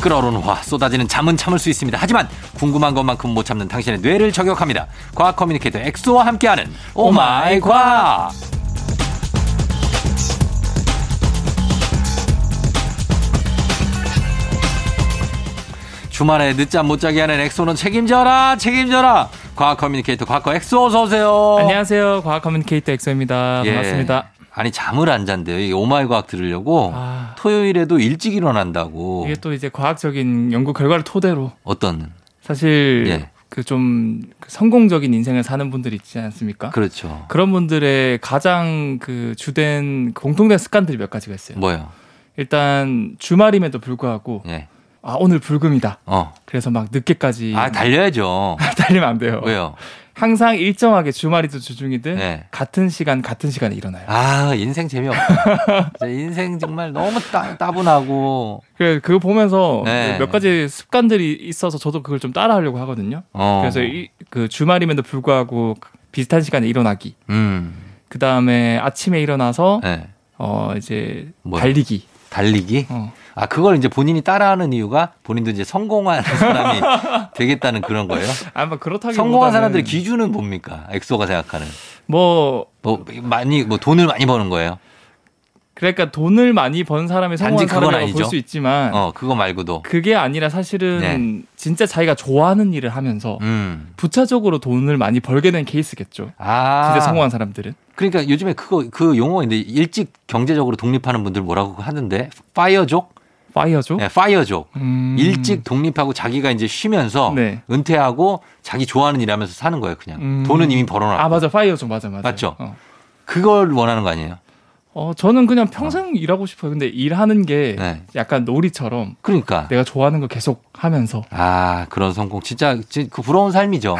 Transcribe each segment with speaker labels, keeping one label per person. Speaker 1: 끓어오르는 화, 쏟아지는 잠은 참을 수 있습니다. 하지만 궁금한 것만큼 못 참는 당신의 뇌를 저격합니다. 과학 커뮤니케이터 엑소와 함께하는 오마이 과학. 주말에 늦잠 못 자게 하는 엑소는 책임져라, 책임져라. 과학 커뮤니케이터 과거 엑소 어서 오세요.
Speaker 2: 안녕하세요. 과학 커뮤니케이터 엑소입니다.
Speaker 1: 예.
Speaker 2: 반갑습니다.
Speaker 1: 아니 잠을 안 잔대요. 이 오마이 과학 들으려고
Speaker 2: 아.
Speaker 1: 토요일에도 일찍 일어난다고.
Speaker 2: 이게 또 이제 과학적인 연구 결과를 토대로
Speaker 1: 어떤?
Speaker 2: 사실
Speaker 1: 예.
Speaker 2: 그 좀 성공적인 인생을 사는 분들 있지 않습니까?
Speaker 1: 그렇죠.
Speaker 2: 런 분들의 가장 그 주된 공통된 습관들이 몇 가지가 있어요.
Speaker 1: 뭐요?
Speaker 2: 일단 주말임에도 불구하고
Speaker 1: 예.
Speaker 2: 아 오늘 불금이다.
Speaker 1: 어.
Speaker 2: 그래서 막 늦게까지
Speaker 1: 아 달려야죠.
Speaker 2: 달리면 안 돼요.
Speaker 1: 왜요?
Speaker 2: 항상 일정하게 주말이든 주중이든
Speaker 1: 예.
Speaker 2: 같은 시간 같은 시간에 일어나요.
Speaker 1: 아 인생 재미없다. 진짜 인생 정말 너무 따, 따분하고.
Speaker 2: 그래 그거 보면서
Speaker 1: 네.
Speaker 2: 몇 가지 습관들이 있어서 저도 그걸 좀 따라하려고 하거든요.
Speaker 1: 어.
Speaker 2: 그래서 이, 그 주말임에도 불구하고 비슷한 시간에 일어나기.
Speaker 1: 음.
Speaker 2: 그 다음에 아침에 일어나서
Speaker 1: 예.
Speaker 2: 어 이제
Speaker 1: 뭐요?
Speaker 2: 달리기.
Speaker 1: 달리기.
Speaker 2: 어.
Speaker 1: 아 그걸 이제 본인이 따라하는 이유가 본인도 이제 성공한 사람이 되겠다는 그런 거예요.
Speaker 2: 아마 뭐 그렇다기보다는
Speaker 1: 성공한 사람들의 기준은 뭡니까? 엑소가 생각하는.
Speaker 2: 뭐
Speaker 1: 뭐 많이 뭐 돈을 많이 버는 거예요.
Speaker 2: 그러니까 돈을 많이 번 사람이
Speaker 1: 단지
Speaker 2: 성공한
Speaker 1: 그건
Speaker 2: 사람이라고
Speaker 1: 아니죠.
Speaker 2: 볼 수 있지만
Speaker 1: 어 그거 말고도.
Speaker 2: 그게 아니라 사실은 진짜 자기가 좋아하는 일을 하면서
Speaker 1: 음.
Speaker 2: 부차적으로 돈을 많이 벌게 된 케이스겠죠.
Speaker 1: 아.
Speaker 2: 진짜 성공한 사람들은.
Speaker 1: 그러니까 요즘에 그거 그 용어인데 일찍 경제적으로 독립하는 분들 뭐라고 하는데 파이어족?
Speaker 2: 파이어죠.
Speaker 1: 네, 파이어족.
Speaker 2: 음.
Speaker 1: 일찍 독립하고 자기가 이제 쉬면서
Speaker 2: 네.
Speaker 1: 은퇴하고 자기 좋아하는 일 하면서 사는 거예요, 그냥.
Speaker 2: 음.
Speaker 1: 돈은 이미 벌어놨고.
Speaker 2: 아 맞아 파이어 좀 맞아 맞아
Speaker 1: 맞죠?
Speaker 2: 어.
Speaker 1: 그걸 원하는 거 아니에요?
Speaker 2: 어, 저는 그냥 평생 일하고 싶어요 근데 일하는 게
Speaker 1: 네.
Speaker 2: 약간 놀이처럼
Speaker 1: 그러니까.
Speaker 2: 내가 좋아하는 거 계속 하면서
Speaker 1: 아, 그런 성공. 진짜, 진그 부러운 삶이죠.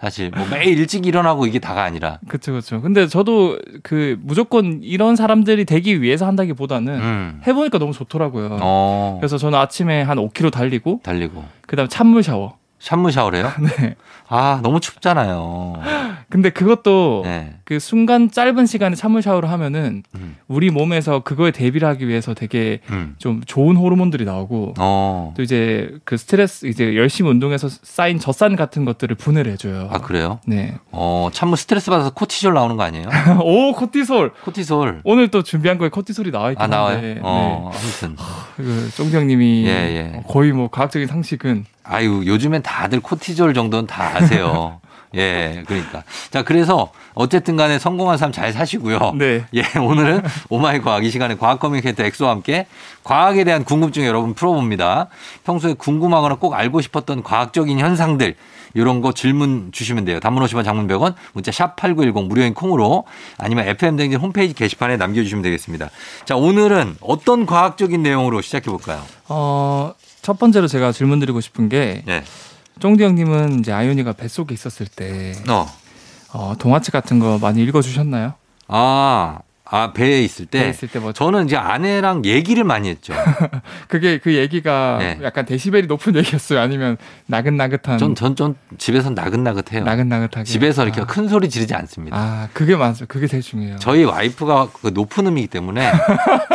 Speaker 1: 사실. 뭐 매일 일찍 일어나고 이게 다가 아니라.
Speaker 2: 그쵸 그쵸 근데 저도 그 무조건 이런 사람들이 되기 위해서 한다기보다는
Speaker 1: 음.
Speaker 2: 해보니까 너무 좋더라고요
Speaker 1: 어.
Speaker 2: 네. 그래서 저는 아침에 한 5km 달리고
Speaker 1: 달리고.
Speaker 2: 그다음 찬물 샤워
Speaker 1: 샴무 샤워래요?
Speaker 2: 네
Speaker 1: 아, 너무 춥잖아요.
Speaker 2: 근데 그것도
Speaker 1: 네.
Speaker 2: 그 순간 짧은 시간에 찬물 샤워를 하면은
Speaker 1: 음.
Speaker 2: 우리 몸에서 그거에 대비를 하기 위해서 되게
Speaker 1: 음.
Speaker 2: 좀 좋은 호르몬들이 나오고
Speaker 1: 어.
Speaker 2: 또 이제 그 스트레스 이제 열심히 운동해서 쌓인 젖산 같은 것들을 분해를 해줘요.
Speaker 1: 아, 그래요?
Speaker 2: 네.
Speaker 1: 어, 참무 스트레스 받아서 코티졸 나오는 거 아니에요?
Speaker 2: 오 코티솔
Speaker 1: 코티솔.
Speaker 2: 오늘 또 준비한 거에 코티솔이 나와 있긴
Speaker 1: 아, 나와요?
Speaker 2: 한데.
Speaker 1: 어, 아무튼.
Speaker 2: 네. 그 쫑장님이
Speaker 1: 예, 예.
Speaker 2: 거의 뭐 과학적인 상식은
Speaker 1: 아유, 요즘엔 다들 코티졸 정도는 다 아세요. 예, 그러니까. 자, 그래서 어쨌든 간에 성공한 삶 잘 사시고요.
Speaker 2: 네.
Speaker 1: 예, 오늘은 오마이 과학 이 시간에 과학 커뮤니케이터 엑소와 함께 과학에 대한 궁금증 여러분 풀어봅니다. 평소에 궁금하거나 꼭 알고 싶었던 과학적인 현상들 이런 거 질문 주시면 돼요. 단문 50원 장문 100원 문자 샵8910 무료인 콩으로 아니면 FM댕진 홈페이지 게시판에 남겨주시면 되겠습니다. 자, 오늘은 어떤 과학적인 내용으로 시작해 볼까요?
Speaker 2: 어. 첫 번째로 제가 질문 드리고 싶은 게
Speaker 1: 네.
Speaker 2: 쫑디 형님은 이제 아이오니가 뱃속에 있었을 때
Speaker 1: 어.
Speaker 2: 어, 동화책 같은 거 많이 읽어 주셨나요?
Speaker 1: 아, 아, 배에 있을 때.
Speaker 2: 네. 있을 때 뭐
Speaker 1: 저는 이제 아내랑 얘기를 많이 했죠.
Speaker 2: 그게 그 얘기가
Speaker 1: 네.
Speaker 2: 약간 데시벨이 높은 얘기였어요. 아니면 나긋나긋한
Speaker 1: 전, 전, 전 집에서 나긋나긋해요.
Speaker 2: 나긋나긋하게
Speaker 1: 집에서 이렇게
Speaker 2: 아.
Speaker 1: 큰 소리 지르지 않습니다.
Speaker 2: 아, 그게 맞아요. 그게 제일 중요해요.
Speaker 1: 저희 와이프가 그 높은 음이기 때문에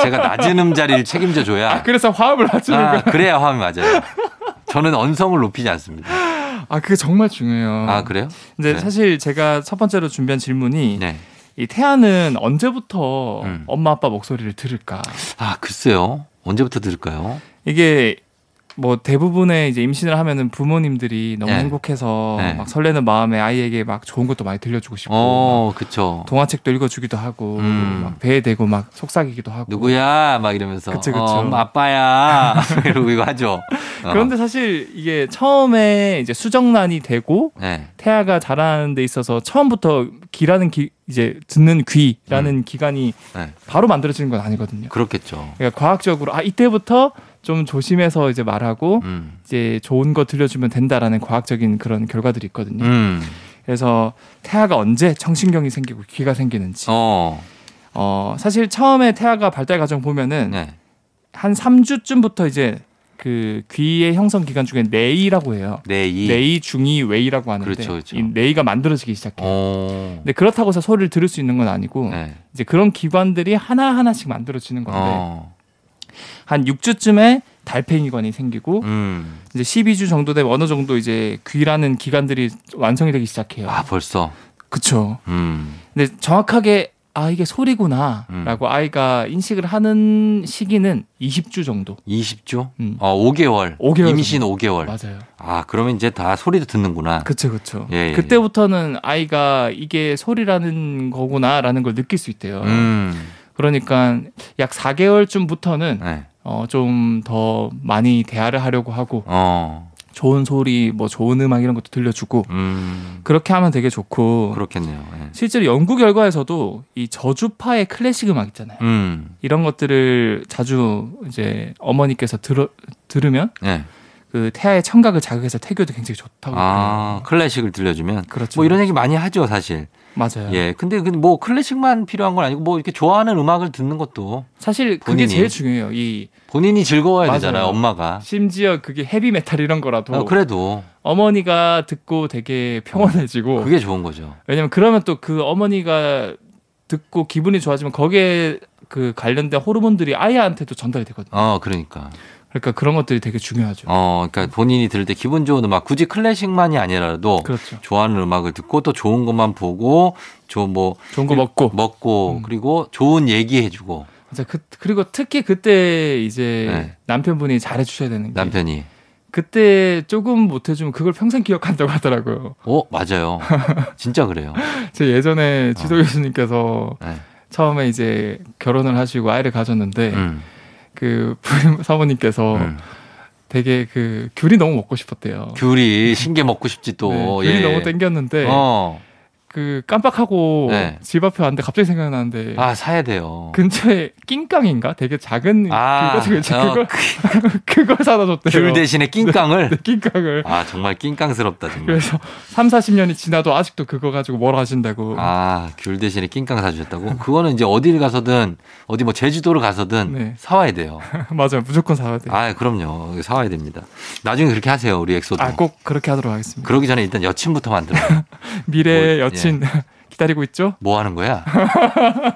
Speaker 1: 제가 낮은 음 자리를 책임져 줘야
Speaker 2: 아, 그래서 화합을 맞추는 거.
Speaker 1: 아, 그래야 화음이 맞아요. 저는 언성을 높이지 않습니다.
Speaker 2: 아, 그게 정말 중요해요.
Speaker 1: 아 그래요?
Speaker 2: 근데
Speaker 1: 네.
Speaker 2: 사실 제가 첫 번째로 준비한 질문이
Speaker 1: 네.
Speaker 2: 이 태아는 언제부터
Speaker 1: 음.
Speaker 2: 엄마 아빠 목소리를 들을까?
Speaker 1: 아 글쎄요. 언제부터 들을까요?
Speaker 2: 이게 뭐 대부분의 이제 임신을 하면은 부모님들이 너무
Speaker 1: 네.
Speaker 2: 행복해서
Speaker 1: 네.
Speaker 2: 막 설레는 마음에 아이에게 막 좋은 것도 많이 들려주고 싶고 뭐.
Speaker 1: 어 그쵸.
Speaker 2: 막 동화책도 읽어주기도 하고
Speaker 1: 음.
Speaker 2: 막 배에 대고 막 속삭이기도 하고
Speaker 1: 누구야? 막 이러면서
Speaker 2: 그쵸, 그쵸.
Speaker 1: 어, 엄마, 아빠야 이러고 이거 하죠. 어.
Speaker 2: 그런데 사실 이게 처음에 이제 수정란이 되고
Speaker 1: 네.
Speaker 2: 태아가 자라는 데 있어서 처음부터 귀라는 귀 이제 듣는 귀라는 기관이
Speaker 1: 네.
Speaker 2: 바로 만들어지는 건 아니거든요.
Speaker 1: 그렇겠죠.
Speaker 2: 그러니까 과학적으로 아 이때부터 좀 조심해서 이제 말하고
Speaker 1: 음.
Speaker 2: 이제 좋은 거 들려주면 된다라는 과학적인 그런 결과들이 있거든요.
Speaker 1: 음.
Speaker 2: 그래서 태아가 언제 청신경이 생기고 귀가 생기는지 어,
Speaker 1: 어.
Speaker 2: 사실 처음에 태아가 발달 과정 보면은
Speaker 1: 네.
Speaker 2: 한 3주쯤부터 이제 그 귀의 형성 기간 중에 내이라고 해요.
Speaker 1: 네 이.
Speaker 2: 내이, 중이, 외이라고 하는데
Speaker 1: 그렇죠, 그렇죠.
Speaker 2: 이 내이가 만들어지기 시작해요.
Speaker 1: 어.
Speaker 2: 근데 네, 그렇다고 해서 소리를 들을 수 있는 건 아니고
Speaker 1: 네.
Speaker 2: 이제 그런 기관들이 하나하나씩 만들어지는 건데
Speaker 1: 어.
Speaker 2: 한 6주쯤에 달팽이관이 생기고
Speaker 1: 음.
Speaker 2: 이제 12주 정도 되면 어느 정도 이제 귀라는 기관들이 완성이 되기 시작해요.
Speaker 1: 아 벌써.
Speaker 2: 그쵸.
Speaker 1: 음.
Speaker 2: 근데 정확하게 아 이게 소리구나라고 아이가 인식을 하는 시기는 20주 정도.
Speaker 1: 20주?
Speaker 2: 음.
Speaker 1: 어, 5개월.
Speaker 2: 5개월
Speaker 1: 임신 5개월.
Speaker 2: 맞아요.
Speaker 1: 아, 그러면 이제 다 소리도 듣는구나.
Speaker 2: 그쵸 그쵸.
Speaker 1: 예, 예,
Speaker 2: 그때부터는 아이가 이게 소리라는 거구나라는 걸 느낄 수 있대요.
Speaker 1: 음.
Speaker 2: 그러니까 약 4개월쯤부터는
Speaker 1: 네.
Speaker 2: 어, 좀 더 많이 대화를 하려고 하고
Speaker 1: 어.
Speaker 2: 좋은 소리, 뭐 좋은 음악 이런 것도 들려주고
Speaker 1: 음.
Speaker 2: 그렇게 하면 되게 좋고
Speaker 1: 그렇겠네요. 예.
Speaker 2: 실제로 연구 결과에서도 이 저주파의 클래식 음악 있잖아요.
Speaker 1: 음.
Speaker 2: 이런 것들을 자주 이제 어머니께서 들어, 들으면
Speaker 1: 예.
Speaker 2: 그 태아의 청각을 자극해서 태교도 굉장히 좋다고.
Speaker 1: 아,
Speaker 2: 그래요.
Speaker 1: 클래식을 들려주면
Speaker 2: 그렇죠.
Speaker 1: 뭐 이런 얘기 많이 하죠, 사실.
Speaker 2: 맞아요.
Speaker 1: 예. 근데 근데 뭐 클래식만 필요한 건 아니고 뭐 이렇게 좋아하는 음악을 듣는 것도
Speaker 2: 사실 그게
Speaker 1: 본인이.
Speaker 2: 제일 중요해요. 이
Speaker 1: 본인이 즐거워야
Speaker 2: 맞아요.
Speaker 1: 되잖아요, 엄마가.
Speaker 2: 심지어 그게 헤비 메탈 이런 거라도
Speaker 1: 어, 그래도
Speaker 2: 어머니가 듣고 되게 평온해지고
Speaker 1: 그게 좋은 거죠.
Speaker 2: 왜냐면 그러면 또 그 어머니가 듣고 기분이 좋아지면 거기에 그 관련된 호르몬들이 아이한테도 전달이 되거든요.
Speaker 1: 어, 그러니까.
Speaker 2: 그러니까 그런 것들이 되게 중요하죠.
Speaker 1: 어, 그러니까 본인이 들을 때 기분 좋은 음악, 굳이 클래식만이 아니라도
Speaker 2: 그렇죠.
Speaker 1: 좋아하는 음악을 듣고 또 좋은 것만 보고 좋뭐
Speaker 2: 좋은 거 먹고.
Speaker 1: 먹고
Speaker 2: 음.
Speaker 1: 그리고 좋은 얘기해주고
Speaker 2: 맞아. 그, 그리고 특히 그때 이제
Speaker 1: 네.
Speaker 2: 남편분이 잘해주셔야 되는 게
Speaker 1: 남편이
Speaker 2: 그때 조금 못해주면 그걸 평생 기억한다고 하더라고요.
Speaker 1: 어 맞아요 진짜 그래요
Speaker 2: 제 예전에 지도 교수님께서
Speaker 1: 네.
Speaker 2: 처음에 이제 결혼을 하시고 아이를 가졌는데
Speaker 1: 음,
Speaker 2: 그 부임 사모님께서
Speaker 1: 음.
Speaker 2: 되게 그 귤이 너무 먹고 싶었대요.
Speaker 1: 귤이 신게 먹고 싶지 또 예.
Speaker 2: 네, 귤이 너무 땡겼는데
Speaker 1: 어.
Speaker 2: 그 깜빡하고
Speaker 1: 네.
Speaker 2: 집 앞에 왔는데 갑자기 생각나는데
Speaker 1: 아 사야 돼요
Speaker 2: 근처에 낑깡인가 되게 작은
Speaker 1: 아,
Speaker 2: 귤 같은 거
Speaker 1: 어,
Speaker 2: 그걸 그걸 사다 줬대요.
Speaker 1: 귤 대신에 낑깡을
Speaker 2: 네, 낑깡을.
Speaker 1: 아 정말 낑깡스럽다 정말
Speaker 2: 그래서 3, 40년이 지나도 아직도 그거 가지고 뭘 하신다고.
Speaker 1: 아귤 대신에 낑깡 사주셨다고 그거는 이제 어디를 가서든 어디 뭐 제주도를 가서든
Speaker 2: 네.
Speaker 1: 사와야 돼요
Speaker 2: 맞아요. 무조건 사야 돼요.
Speaker 1: 아 그럼요 사와야 됩니다 나중에 그렇게 하세요 우리 엑소도
Speaker 2: 아, 꼭 그렇게 하도록 하겠습니다.
Speaker 1: 그러기 전에 일단 여친부터 만들어
Speaker 2: 미래의
Speaker 1: 뭐,
Speaker 2: 여친 기다리고 있죠?
Speaker 1: 뭐 하는 거야?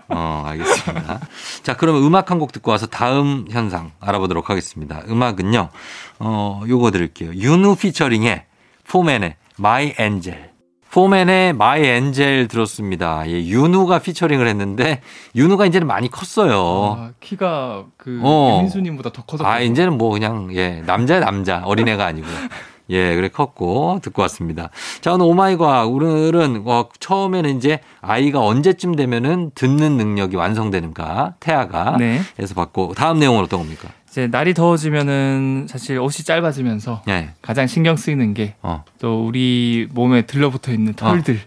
Speaker 1: 어, 알겠습니다. 자, 그러면 음악 한 곡 듣고 와서 다음 현상 알아보도록 하겠습니다. 음악은요, 어, 요거 드릴게요. 윤우 피처링의 포맨의 My Angel. 포맨의 My Angel 들었습니다. 예, 윤우가 피처링을 했는데, 윤우가 이제는 많이 컸어요.
Speaker 2: 아, 키가 그
Speaker 1: 어.
Speaker 2: 민수님보다 더 커서.
Speaker 1: 아, 이제는 뭐 그냥, 예, 남자야, 남자. 어린애가 아니고. 예, 그래 컸고 듣고 왔습니다. 자, 오늘 오마이과 오늘은 어, 처음에는 이제 아이가 언제쯤 되면은 듣는 능력이 완성되는가 태아가
Speaker 2: 네.
Speaker 1: 해서 봤고 다음 내용은 어떤 겁니까?
Speaker 2: 이제 날이 더워지면은 사실 옷이 짧아지면서
Speaker 1: 예,
Speaker 2: 가장 신경 쓰이는 게
Speaker 1: 어
Speaker 2: 또 우리 몸에 들러붙어 있는 털들.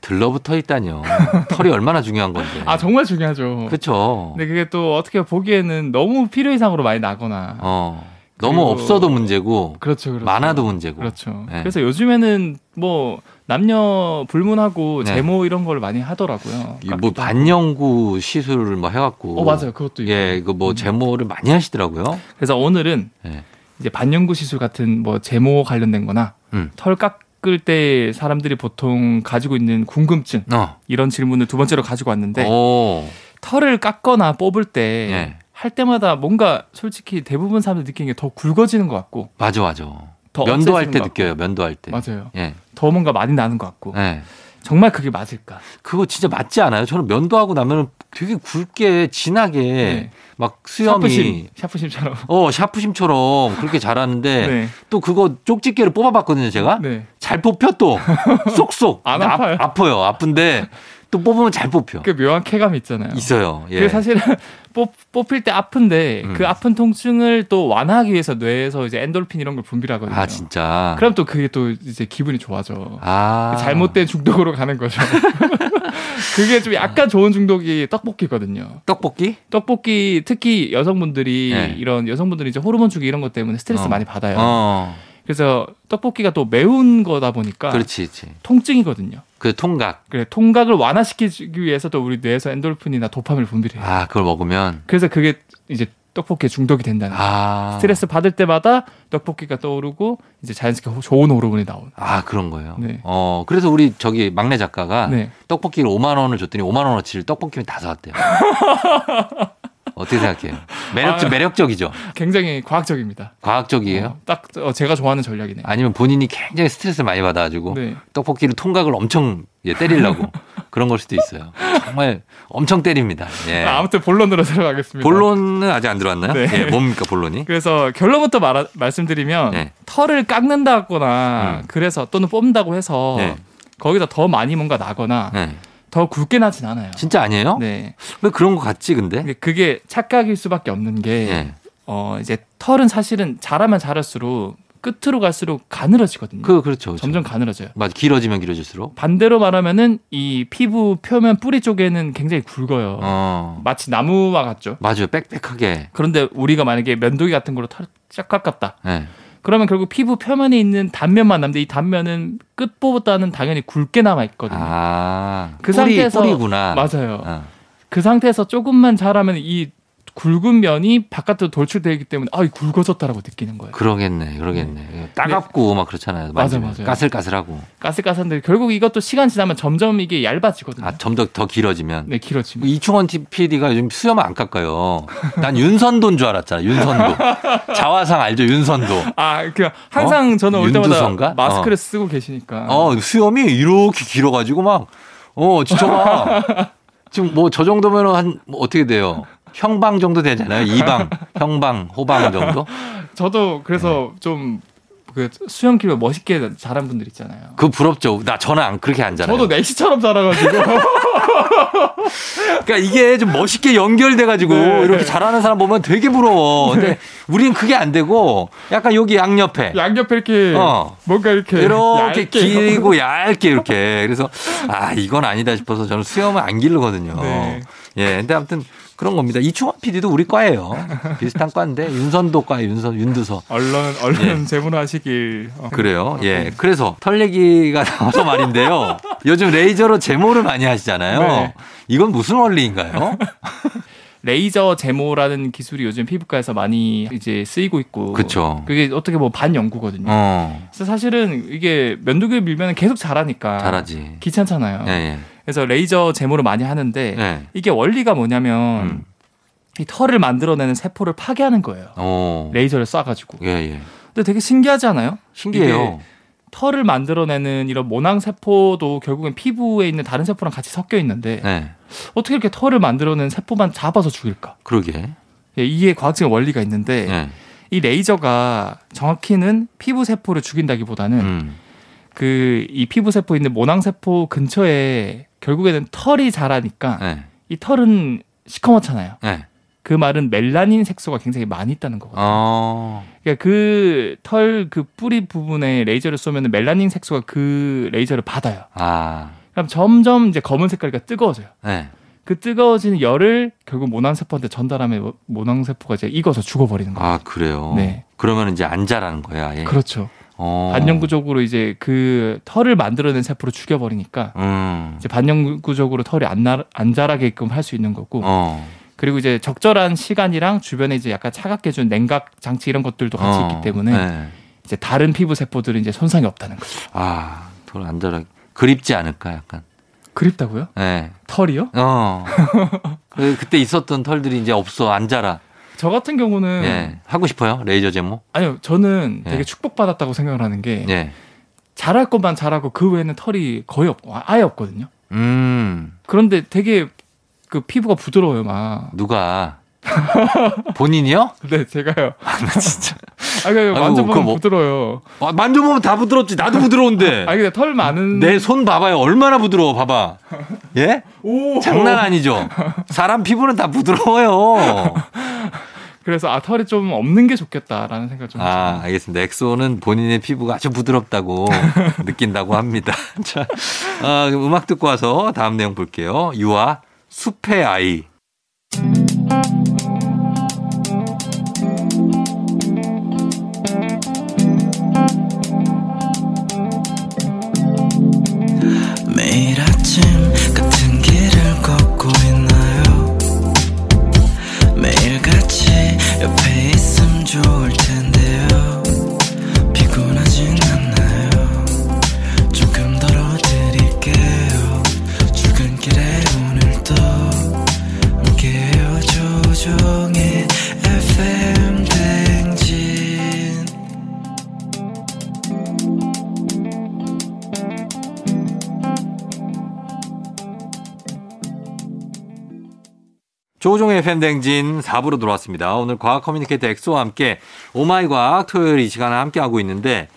Speaker 1: 들러붙어 있다뇨. 털이 얼마나 중요한 건데.
Speaker 2: 아 네. 정말 중요하죠.
Speaker 1: 그렇죠.
Speaker 2: 근데 그게 또 어떻게 보기에는 너무 필요 이상으로 많이 나거나.
Speaker 1: 어 너무
Speaker 2: 그리고-
Speaker 1: 없어도 문제고
Speaker 2: 그렇죠, 그렇죠.
Speaker 1: 많아도 문제고.
Speaker 2: 그렇죠.
Speaker 1: 네.
Speaker 2: 그래서 요즘에는 뭐 남녀 불문하고
Speaker 1: 네.
Speaker 2: 제모 이런 걸 많이 하더라고요. 그러니까
Speaker 1: 이뭐 반영구 시술을 뭐 해갖고.
Speaker 2: 그렇죠. 어 맞아요, 그것도 있고.
Speaker 1: 예, 그 뭐
Speaker 2: 음. 네.
Speaker 1: 제모를 많이 하시더라고요.
Speaker 2: 그래서 오늘은
Speaker 1: 예.
Speaker 2: 이제 반영구 시술 같은 뭐 제모 관련된거나
Speaker 1: 음.
Speaker 2: 털 깎을 때 사람들이 보통 가지고 있는 궁금증
Speaker 1: 어.
Speaker 2: 이런 질문을 두 번째로 가지고 왔는데
Speaker 1: 오.
Speaker 2: 털을 깎거나 뽑을 때 할
Speaker 1: 예.
Speaker 2: 때마다 뭔가 솔직히 대부분 사람들 느끼는 게 더 굵어지는 것 같고
Speaker 1: 맞아, 맞아.
Speaker 2: 더
Speaker 1: 면도할
Speaker 2: 없어지는
Speaker 1: 때
Speaker 2: 것
Speaker 1: 느껴요. 면도할 때.
Speaker 2: 같고. 맞아요.
Speaker 1: 예.
Speaker 2: 더 뭔가 많이 나는 것 같고
Speaker 1: 예.
Speaker 2: 정말 그게 맞을까?
Speaker 1: 그거 진짜 맞지 않아요? 저는 면도하고 나면 되게 굵게 진하게
Speaker 2: 네.
Speaker 1: 막 수염이
Speaker 2: 샤프심, 샤프심처럼.
Speaker 1: 어 샤프심처럼 그렇게 자라는데
Speaker 2: 네.
Speaker 1: 또 그거 쪽집게로 뽑아봤거든요 제가
Speaker 2: 네.
Speaker 1: 잘 뽑혀 또 쏙쏙
Speaker 2: 안
Speaker 1: 근데
Speaker 2: 아파요?
Speaker 1: 아, 파요 아픈데 또 뽑으면 잘 뽑혀
Speaker 2: 그 묘한 쾌감 있잖아요.
Speaker 1: 있어요 예.
Speaker 2: 그게 사실은 뽑, 뽑힐 때 아픈데
Speaker 1: 음.
Speaker 2: 그 아픈 통증을 또 완화하기 위해서 뇌에서 이제 엔돌핀 이런 걸 분비하거든요.
Speaker 1: 아 진짜
Speaker 2: 그럼 또 그게 또 이제 기분이 좋아져. 그
Speaker 1: 아
Speaker 2: 잘못된 중독으로 가는 거죠. 그게 좀 약간 좋은 중독이 떡볶이거든요.
Speaker 1: 떡볶이
Speaker 2: 떡볶이 특히 여성분들이
Speaker 1: 네.
Speaker 2: 이런 여성분들이 이제 호르몬 주기 이런 것 때문에 스트레스
Speaker 1: 어.
Speaker 2: 많이 받아요.
Speaker 1: 어
Speaker 2: 그래서 떡볶이가 또 매운 거다 보니까
Speaker 1: 그렇지 그렇지
Speaker 2: 통증이거든요.
Speaker 1: 그 통각
Speaker 2: 그래 통각을 완화시키기 위해서 또 우리 뇌에서 엔돌핀이나 도파민을 분비해요.
Speaker 1: 아 그걸 먹으면
Speaker 2: 그래서 그게 이제 떡볶이에 중독이 된다는 거예요.
Speaker 1: 아
Speaker 2: 스트레스 받을 때마다 떡볶이가 떠오르고 이제 자연스럽게 호- 좋은 호르몬이 나오는.
Speaker 1: 아 그런 거예요.
Speaker 2: 네.
Speaker 1: 어 그래서 우리 저기 막내 작가가
Speaker 2: 네.
Speaker 1: 떡볶이를 5만 원을 줬더니 5만 원어치를 떡볶이면 다 사왔대요. 어떻게 생각해요? 매력적,
Speaker 2: 아.
Speaker 1: 매력적이죠.
Speaker 2: 굉장히 과학적입니다.
Speaker 1: 과학적이에요.
Speaker 2: 어, 딱 어, 제가 좋아하는 전략이네요.
Speaker 1: 아니면 본인이 굉장히 스트레스를 많이 받아가지고
Speaker 2: 네.
Speaker 1: 떡볶이를 통각을 엄청 예, 때리려고 그런 걸 수도 있어요. 정말 엄청 때립니다. 예.
Speaker 2: 아, 아무튼 본론으로 들어가겠습니다.
Speaker 1: 본론은 아직 안 들어왔나요?
Speaker 2: 네.
Speaker 1: 예, 뭡니까 본론이?
Speaker 2: 그래서 결론부터 말하, 말씀드리면
Speaker 1: 네.
Speaker 2: 털을 깎는다거나
Speaker 1: 음.
Speaker 2: 그래서 또는 뽑는다고 해서
Speaker 1: 네.
Speaker 2: 거기서 더 많이 뭔가 나거나
Speaker 1: 네.
Speaker 2: 더 굵게 나진 않아요.
Speaker 1: 진짜 아니에요?
Speaker 2: 그 네.
Speaker 1: 왜 그런 것 같지 근데?
Speaker 2: 근데 그게 착각일 수밖에 없는 게
Speaker 1: 예.
Speaker 2: 어, 이제 털은 사실은 자라면 자랄수록 끝으로 갈수록 가늘어지거든요.
Speaker 1: 그 그렇죠. 그렇죠.
Speaker 2: 점점 가늘어져요.
Speaker 1: 맞아 길어지면 길어질수록.
Speaker 2: 반대로 말하면은 이 피부 표면 뿌리 쪽에는 굉장히 굵어요.
Speaker 1: 어
Speaker 2: 마치 나무와 같죠.
Speaker 1: 맞아요. 빽빽하게.
Speaker 2: 그런데 우리가 만약에 면도기 같은 걸로 털 쫙 깎았다.
Speaker 1: 예.
Speaker 2: 그러면 결국 피부 표면에 있는 단면만 남는데 이 단면은 끝보다는 당연히 굵게 남아 있거든요.
Speaker 1: 아.
Speaker 2: 그
Speaker 1: 뿌리,
Speaker 2: 상태에서-
Speaker 1: 뿌리구나.
Speaker 2: 맞아요.
Speaker 1: 어.
Speaker 2: 그 상태에서 조금만 자라면 이 굵은 면이 바깥으로 돌출되기 때문에 아이 굵어졌다라고 느끼는 거예요.
Speaker 1: 그러겠네, 그러겠네. 따갑고 막 그렇잖아요.
Speaker 2: 맞아,
Speaker 1: 만지면.
Speaker 2: 맞아요.
Speaker 1: 까슬까슬하고.
Speaker 2: 가스가스한데 결국 이것도 시간 지나면 점점 이게 얇아지거든요.
Speaker 1: 아, 점더 더 길어지면. 뭐
Speaker 2: 네 길어지면
Speaker 1: 이충원 PD가 요즘 수염을 안 깎아요. 난 윤선도인 줄 알았잖아. 윤선도. 자화상 알죠? 윤선도.
Speaker 2: 아그 그러니까 항상 저는 올
Speaker 1: 어? 윤두선가?
Speaker 2: 때마다 마스크를 쓰고 계시니까
Speaker 1: 어, 수염이 이렇게 길어가지고 막, 어, 진짜 막. 지금 뭐 저 정도면 한, 뭐 어떻게 돼요? 형방 정도 되잖아요. 이방, 형방, 호방 정도?
Speaker 2: 저도
Speaker 1: 네.
Speaker 2: 그래서 좀 그 수염 길면 멋있게 자란 분들 있잖아요.
Speaker 1: 그 부럽죠. 나 저는 안 그렇게 안 자라요.
Speaker 2: 저도 넥시처럼 자라가지고
Speaker 1: 그러니까 이게 좀 멋있게 연결돼가지고
Speaker 2: 네.
Speaker 1: 이렇게 잘하는 사람 보면 되게 부러워. 근데 우린 그게 안 되고 약간 여기 양옆에
Speaker 2: 양옆에 이렇게
Speaker 1: 어.
Speaker 2: 뭔가 이렇게
Speaker 1: 이렇게
Speaker 2: 네. 얇게
Speaker 1: 길고 얇게 이렇게 그래서 아 이건 아니다 싶어서 저는 수염을 안 기르거든요.
Speaker 2: 네.
Speaker 1: 예, 근데 아무튼 그런 겁니다. 이충원 PD도 우리 과예요. 비슷한 과인데 윤선도 과에 윤선 윤두서.
Speaker 2: 언론
Speaker 1: 예.
Speaker 2: 언론 재문하시길 어.
Speaker 1: 그래요. 예. 그래서 털 얘기가 나와서 말인데요. 요즘 레이저로 제모를 많이 하시잖아요.
Speaker 2: 네.
Speaker 1: 이건 무슨 원리인가요?
Speaker 2: 레이저 제모라는 기술이 요즘 피부과에서 많이 이제 쓰이고 있고
Speaker 1: 그쵸.
Speaker 2: 게 어떻게 뭐 반연구거든요.
Speaker 1: 어,
Speaker 2: 그래서 사실은 이게 면도기를 밀면 계속 자라니까
Speaker 1: 잘하지.
Speaker 2: 귀찮잖아요.
Speaker 1: 예, 예.
Speaker 2: 그래서 레이저 제모를 많이 하는데
Speaker 1: 네.
Speaker 2: 이게 원리가 뭐냐면
Speaker 1: 음.
Speaker 2: 이 털을 만들어내는 세포를 파괴하는 거예요.
Speaker 1: 어.
Speaker 2: 레이저를 쏴가지고.
Speaker 1: 예, 예.
Speaker 2: 근데 되게 신기하지 않아요?
Speaker 1: 신기해요.
Speaker 2: 털을 만들어내는 이런 모낭 세포도 결국엔 피부에 있는 다른 세포랑 같이 섞여 있는데
Speaker 1: 네.
Speaker 2: 어떻게 이렇게 털을 만들어낸 세포만 잡아서 죽일까?
Speaker 1: 그러게.
Speaker 2: 예, 이게 과학적인 원리가 있는데
Speaker 1: 예.
Speaker 2: 이 레이저가 정확히는 피부 세포를 죽인다기보다는
Speaker 1: 음.
Speaker 2: 그 이 피부 세포 있는 모낭 세포 근처에 결국에는 털이 자라니까
Speaker 1: 예.
Speaker 2: 이 털은 시커멓잖아요.
Speaker 1: 예.
Speaker 2: 그 말은 멜라닌 색소가 굉장히 많이 있다는 거거든요.
Speaker 1: 어.
Speaker 2: 그러니까 그 털 그 뿌리 부분에 레이저를 쏘면 멜라닌 색소가 그 레이저를 받아요.
Speaker 1: 아.
Speaker 2: 그럼 점점 이제 검은 색깔이 뜨거워져요.
Speaker 1: 예.
Speaker 2: 그 뜨거워지는 열을 결국 모낭세포한테 전달하면 모- 모낭세포가 이제 익어서 죽어버리는 거예요.
Speaker 1: 아, 그래요.
Speaker 2: 네.
Speaker 1: 그러면 이제 안 자라는 거야. 예.
Speaker 2: 그렇죠.
Speaker 1: 어.
Speaker 2: 반영구적으로 이제 그 털을 만들어낸 세포를 죽여버리니까
Speaker 1: 음.
Speaker 2: 이제 반영구적으로 털이 안, 나, 안 자라게끔 할 수 있는 거고
Speaker 1: 어.
Speaker 2: 그리고 이제 적절한 시간이랑 주변에 이제 약간 차갑게 해준 냉각 장치 이런 것들도 같이
Speaker 1: 어.
Speaker 2: 있기 때문에
Speaker 1: 네.
Speaker 2: 이제 다른 피부 세포들은 이제 손상이 없다는 거죠.
Speaker 1: 아, 돌 안 자라. 그립지 않을까 약간.
Speaker 2: 그립다고요?
Speaker 1: 예.
Speaker 2: 털이요?
Speaker 1: 어. 그- 그때 있었던 털들이 이제 없어. 안 자라.
Speaker 2: 저 같은 경우는
Speaker 1: 예. 하고 싶어요. 레이저 제모?
Speaker 2: 아니요 저는 되게
Speaker 1: 예.
Speaker 2: 축복받았다고 생각을 하는 게
Speaker 1: 예.
Speaker 2: 잘할 것만 잘하고 그 외에는 털이 거의 없고 아- 아예 없거든요.
Speaker 1: 음.
Speaker 2: 그런데 되게 그 피부가 부드러워요 막.
Speaker 1: 누가 본인이요?
Speaker 2: 네 제가요.
Speaker 1: 아, 나 진짜.
Speaker 2: 아 그냥
Speaker 1: 아이고,
Speaker 2: 완전
Speaker 1: 그거
Speaker 2: 보면
Speaker 1: 뭐-
Speaker 2: 부드러워요.
Speaker 1: 아, 만져보면 다 부드럽지. 나도 부드러운데.
Speaker 2: 아 근데 털 많은.
Speaker 1: 내 손 봐봐요. 얼마나 부드러워. 봐봐. 예?
Speaker 2: 오.
Speaker 1: 장난 아니죠? 사람 피부는 다 부드러워요.
Speaker 2: 그래서 아 털이 좀 없는 게 좋겠다라는 생각 좀.
Speaker 1: 아, 알겠습니다. 엑소는 본인의 피부가 아주 부드럽다고 느낀다고 합니다. 자, 아, 그럼 음악 듣고 와서 다음 내용 볼게요. 유아, 숲의 아이.
Speaker 3: 매일 아침 같은 길을 걷고 있나요 매일 같이 옆에 있음 좋을 텐데요 피곤하진 않나요 조금 덜어드릴게요 출근길에 오늘도
Speaker 1: 조종의 팬댕진 4부로 돌아왔습니다. 오늘 과학 커뮤니케이터 엑소와 함께 오마이 과학 토요일 이 시간에 함께하고 있는데,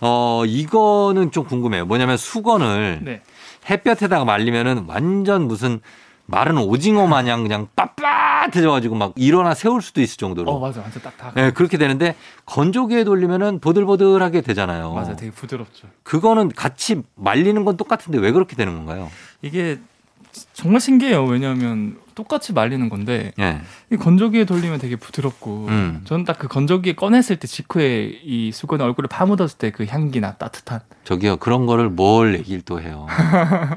Speaker 1: 어, 이거는 좀 궁금해요. 뭐냐면 수건을
Speaker 2: 네.
Speaker 1: 햇볕에다가 말리면은 완전 무슨 마른 오징어 마냥 그냥 빳빳해져가지고 막 일어나 세울 수도 있을 정도로.
Speaker 2: 어 맞아 완전 딱딱.
Speaker 1: 예, 그렇게 되는데 건조기에 돌리면은 보들보들하게 되잖아요.
Speaker 2: 맞아 되게 부드럽죠.
Speaker 1: 그거는 같이 말리는 건 똑같은데 왜 그렇게 되는 건가요?
Speaker 2: 이게 정말 신기해요. 왜냐하면 똑같이 말리는 건데
Speaker 1: 예.
Speaker 2: 이 건조기에 돌리면 되게 부드럽고
Speaker 1: 음.
Speaker 2: 저는 딱 그 건조기에 꺼냈을 때 직후에 이 수건에 얼굴을 파묻었을 때 그 향기나 따뜻한
Speaker 1: 저기요 그런 거를 뭘 얘기를 또 해요.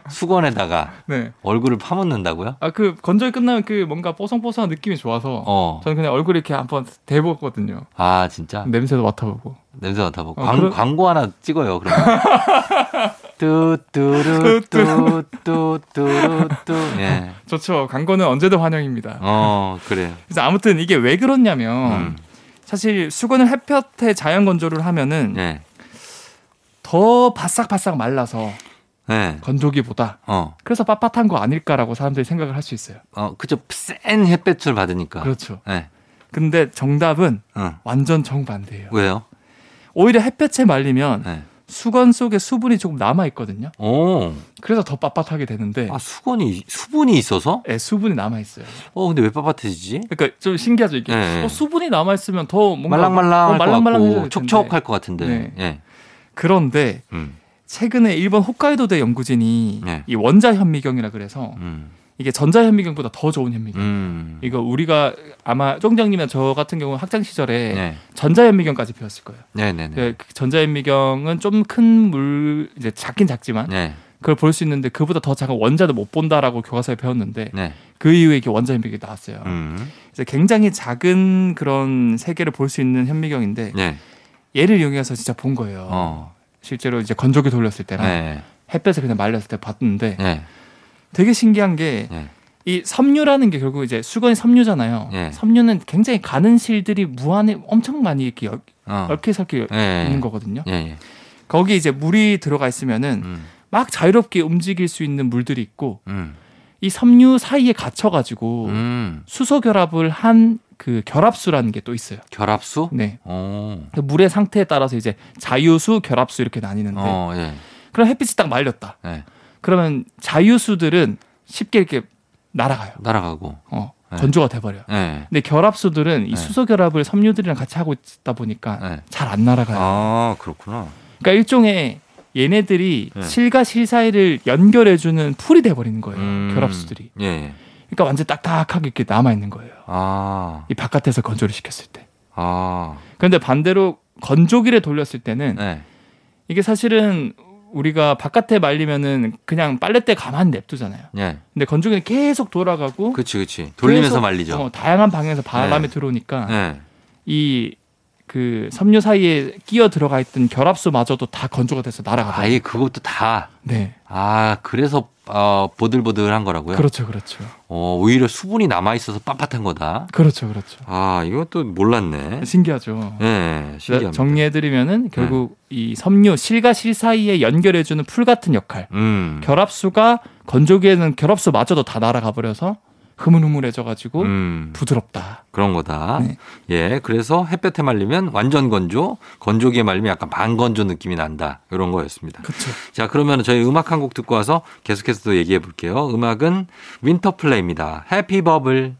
Speaker 1: 수건에다가
Speaker 2: 네.
Speaker 1: 얼굴을 파묻는다고요?
Speaker 2: 아 그 건조기 끝나면 그 뭔가 뽀송뽀송한 느낌이 좋아서
Speaker 1: 어.
Speaker 2: 저는 그냥 얼굴 이렇게 한번 대보거든요.
Speaker 1: 아 진짜
Speaker 2: 냄새도 맡아보고.
Speaker 1: 냄새 맡아봐.
Speaker 2: 어,
Speaker 1: 광,
Speaker 2: 그럼-
Speaker 1: 광고 하나 찍어요. 그러면. 뚜뚜루뚜뚜뚜뚜. 예.
Speaker 2: 좋죠. 광고는 언제든 환영입니다.
Speaker 1: 어 그래요.
Speaker 2: 그래서 아무튼 이게 왜 그렇냐면
Speaker 1: 음.
Speaker 2: 사실 수건을 햇볕에 자연 건조를 하면은
Speaker 1: 예.
Speaker 2: 더 바싹바싹 말라서
Speaker 1: 예.
Speaker 2: 건조기보다
Speaker 1: 어.
Speaker 2: 그래서 빳빳한 거 아닐까라고 사람들이 생각을 할 수 있어요.
Speaker 1: 어 그죠. 센 햇볕을 받으니까.
Speaker 2: 그렇죠.
Speaker 1: 예.
Speaker 2: 근데 정답은
Speaker 1: 응.
Speaker 2: 완전 정반대예요.
Speaker 1: 왜요?
Speaker 2: 오히려 햇볕에 말리면
Speaker 1: 예.
Speaker 2: 수건 속에 수분이 조금 남아 있거든요.
Speaker 1: 오.
Speaker 2: 그래서 더 빳빳하게 되는데
Speaker 1: 아 수건이 수분이 있어서?
Speaker 2: 예, 수분이 남아 있어요.
Speaker 1: 어 근데 왜 빳빳해지지?
Speaker 2: 그러니까 좀 신기하죠 이게.
Speaker 1: 예.
Speaker 2: 어, 수분이 남아 있으면 더 뭔가
Speaker 1: 말랑말랑할 것
Speaker 2: 어, 말랑말랑해져야
Speaker 1: 같고
Speaker 2: 될 텐데.
Speaker 1: 촉촉할 것 같은데.
Speaker 2: 네.
Speaker 1: 예.
Speaker 2: 그런데
Speaker 1: 음.
Speaker 2: 최근에 일본 홋카이도대 연구진이
Speaker 1: 네.
Speaker 2: 이 원자 현미경이라 그래서
Speaker 1: 음.
Speaker 2: 이게 전자 현미경보다 더 좋은 현미경.
Speaker 1: 음.
Speaker 2: 이거 우리가 아마 총장님이나 저 같은 경우 는 학창 시절에
Speaker 1: 네.
Speaker 2: 전자 현미경까지 배웠을 거예요.
Speaker 1: 네, 네, 네.
Speaker 2: 네, 그 전자 현미경은 좀 큰 물 이제 작긴 작지만
Speaker 1: 네.
Speaker 2: 그걸 볼 수 있는데 그보다 더 작은 원자도 못 본다라고 교과서에 배웠는데
Speaker 1: 네.
Speaker 2: 그 이후에 이게 원자 현미경이 나왔어요.
Speaker 1: 음.
Speaker 2: 그래서 굉장히 작은 그런 세계를 볼 수 있는 현미경인데
Speaker 1: 네.
Speaker 2: 얘를 이용해서 진짜 본 거예요.
Speaker 1: 어.
Speaker 2: 실제로 이제 건조기 돌렸을 때랑
Speaker 1: 네.
Speaker 2: 햇볕에 그냥 말렸을 때 봤는데
Speaker 1: 네.
Speaker 2: 되게 신기한 게
Speaker 1: 네.
Speaker 2: 이 섬유라는 게 결국 이제 수건이 섬유잖아요.
Speaker 1: 예.
Speaker 2: 섬유는 굉장히 가는 실들이 무한히 엄청 많이 이렇게 얽-
Speaker 1: 어.
Speaker 2: 얽혀 설켜
Speaker 1: 예.
Speaker 2: 있는 거거든요.
Speaker 1: 예. 예.
Speaker 2: 거기 이제 물이 들어가 있으면은
Speaker 1: 음.
Speaker 2: 막 자유롭게 움직일 수 있는 물들이 있고
Speaker 1: 음.
Speaker 2: 이 섬유 사이에 갇혀 가지고
Speaker 1: 음.
Speaker 2: 수소 결합을 한 그 결합수라는 게 또 있어요.
Speaker 1: 결합수?
Speaker 2: 네.
Speaker 1: 어.
Speaker 2: 그 물의 상태에 따라서 이제 자유수, 결합수 이렇게 나뉘는데
Speaker 1: 어, 예.
Speaker 2: 그럼 햇빛이 딱 말렸다.
Speaker 1: 예.
Speaker 2: 그러면 자유수들은 쉽게 이렇게 날아가요.
Speaker 1: 날아가고.
Speaker 2: 어,
Speaker 1: 네.
Speaker 2: 건조가 돼버려요.
Speaker 1: 예.
Speaker 2: 근데 결합수들은 이
Speaker 1: 네.
Speaker 2: 수소 결합을 섬유들이랑 같이 하고 있다 보니까
Speaker 1: 예.
Speaker 2: 잘 안 날아가요.
Speaker 1: 아, 그렇구나.
Speaker 2: 그러니까 일종의 얘네들이
Speaker 1: 네.
Speaker 2: 실과 실 사이를 연결해주는 풀이 돼버리는 거예요.
Speaker 1: 음.
Speaker 2: 결합수들이.
Speaker 1: 예, 예.
Speaker 2: 그러니까 완전 딱딱하게 이렇게 남아 있는 거예요.
Speaker 1: 아.
Speaker 2: 이 바깥에서 건조를 시켰을 때.
Speaker 1: 아.
Speaker 2: 그런데 반대로 건조기를 돌렸을 때는
Speaker 1: 네.
Speaker 2: 이게 사실은 우리가 바깥에 말리면은 그냥 빨랫대 가만히 냅두잖아요.
Speaker 1: 예.
Speaker 2: 근데 건조기는 계속 돌아가고
Speaker 1: 그렇지, 그렇지. 돌리면서
Speaker 2: 계속,
Speaker 1: 말리죠.
Speaker 2: 어, 다양한 방향에서 바람이 들어오니까
Speaker 1: 예.
Speaker 2: 이 그 섬유 사이에 끼어 들어가 있던 결합수마저도 다 건조가 돼서 날아가요.
Speaker 1: 아예 그것도 다
Speaker 2: 네,
Speaker 1: 아, 그래서 어, 보들보들한 거라고요?
Speaker 2: 그렇죠, 그렇죠,
Speaker 1: 어, 오히려 수분이 남아 있어서 빳빳한 거다.
Speaker 2: 그렇죠, 그렇죠.
Speaker 1: 아, 이것도 몰랐네.
Speaker 2: 신기하죠. 그러니까
Speaker 1: 예, 네, 신기합니다. 네.
Speaker 2: 정리해드리면은 결국 이 섬유 실과 실 사이에 연결해주는 풀 같은 역할.
Speaker 1: 음.
Speaker 2: 결합수가 건조기에는 결합수마저도 다 날아가 버려서 흐물흐물해져가지고
Speaker 1: 음,
Speaker 2: 부드럽다.
Speaker 1: 그런 거다.
Speaker 2: 네.
Speaker 1: 예, 그래서 햇볕에 말리면 완전 건조, 건조기에 말리면 약간 반건조 느낌이 난다. 이런 거였습니다.
Speaker 2: 그렇죠.
Speaker 1: 자, 그러면 저희 음악 한 곡 듣고 와서 계속해서 또 얘기해 볼게요. 음악은 윈터플레이입니다. 해피버블.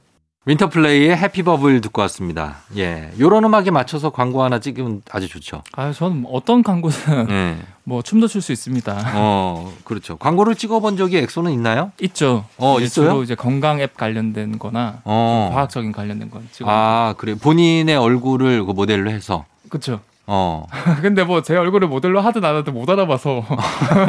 Speaker 1: 윈터플레이의 해피버블 듣고 왔습니다. 예. 요런 음악에 맞춰서 광고 하나 찍으면 아주 좋죠.
Speaker 2: 아, 저는 어떤 광고든
Speaker 1: 예.
Speaker 2: 뭐 춤도 출 수 있습니다.
Speaker 1: 어, 그렇죠. 광고를 찍어 본 적이 엑소는 있나요?
Speaker 2: 있죠.
Speaker 1: 어,
Speaker 2: 이제
Speaker 1: 있어요?
Speaker 2: 주로 이제 건강 앱 관련된거나
Speaker 1: 어.
Speaker 2: 과학적인 관련된 건 지금.
Speaker 1: 아, 그래. 본인의 얼굴을 그 모델로 해서.
Speaker 2: 그렇죠.
Speaker 1: 어.
Speaker 2: 근데 뭐 제 얼굴을 모델로 하든 안 하든 못 알아봐서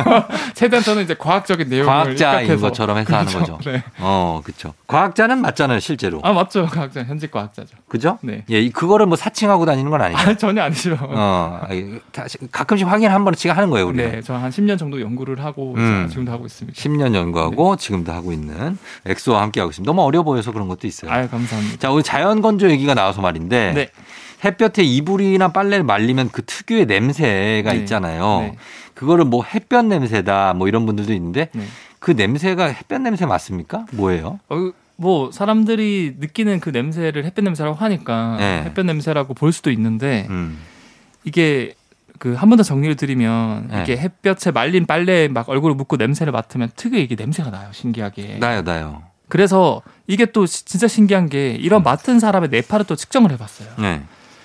Speaker 2: 최대한 저는 이제 과학적인 내용을
Speaker 1: 과학자인
Speaker 2: 입각해서.
Speaker 1: 것처럼 해서 하는
Speaker 2: 그렇죠.
Speaker 1: 거죠.
Speaker 2: 네.
Speaker 1: 어, 그렇죠. 과학자는 맞잖아요, 실제로.
Speaker 2: 아 맞죠. 과학자 현직 과학자죠.
Speaker 1: 그죠?
Speaker 2: 네.
Speaker 1: 예, 이- 그거를 뭐 사칭하고 다니는 건 아니에요.
Speaker 2: 아 전혀 아니죠.
Speaker 1: 어, 아니, 다시- 가끔씩 확인 한 번씩 하는 거예요, 우리가.
Speaker 2: 네, 저 한 10년 정도 연구를 하고
Speaker 1: 음.
Speaker 2: 지금도 하고 있습니다.
Speaker 1: 10년 연구하고
Speaker 2: 네.
Speaker 1: 지금도 하고 있는 엑소와 함께 하고 있습니다. 너무 어려 보여서 그런 것도 있어요.
Speaker 2: 아유 감사합니다.
Speaker 1: 자, 오늘 자연 건조 얘기가 나와서 말인데
Speaker 2: 네.
Speaker 1: 햇볕에 이불이나 빨래를 말리면 그 특유의 냄새가
Speaker 2: 네.
Speaker 1: 있잖아요.
Speaker 2: 네.
Speaker 1: 그거를 뭐 햇볕 냄새다 뭐 이런 분들도 있는데
Speaker 2: 네.
Speaker 1: 그 냄새가 햇볕 냄새 맞습니까? 뭐예요?
Speaker 2: 어, 뭐 사람들이 느끼는 그 냄새를 햇볕 냄새라고 하니까
Speaker 1: 네.
Speaker 2: 햇볕 냄새라고 볼 수도 있는데
Speaker 1: 음.
Speaker 2: 이게 그 한 번 더 정리를 드리면
Speaker 1: 네.
Speaker 2: 이게 햇볕에 말린 빨래에 막 얼굴을 묻고 냄새를 맡으면 특유의 이게 냄새가 나요 신기하게
Speaker 1: 나요, 나요.
Speaker 2: 그래서 이게 또 시- 진짜 신기한 게 이런 맡은 사람의 뇌파를 또 측정을 해봤어요
Speaker 1: 네.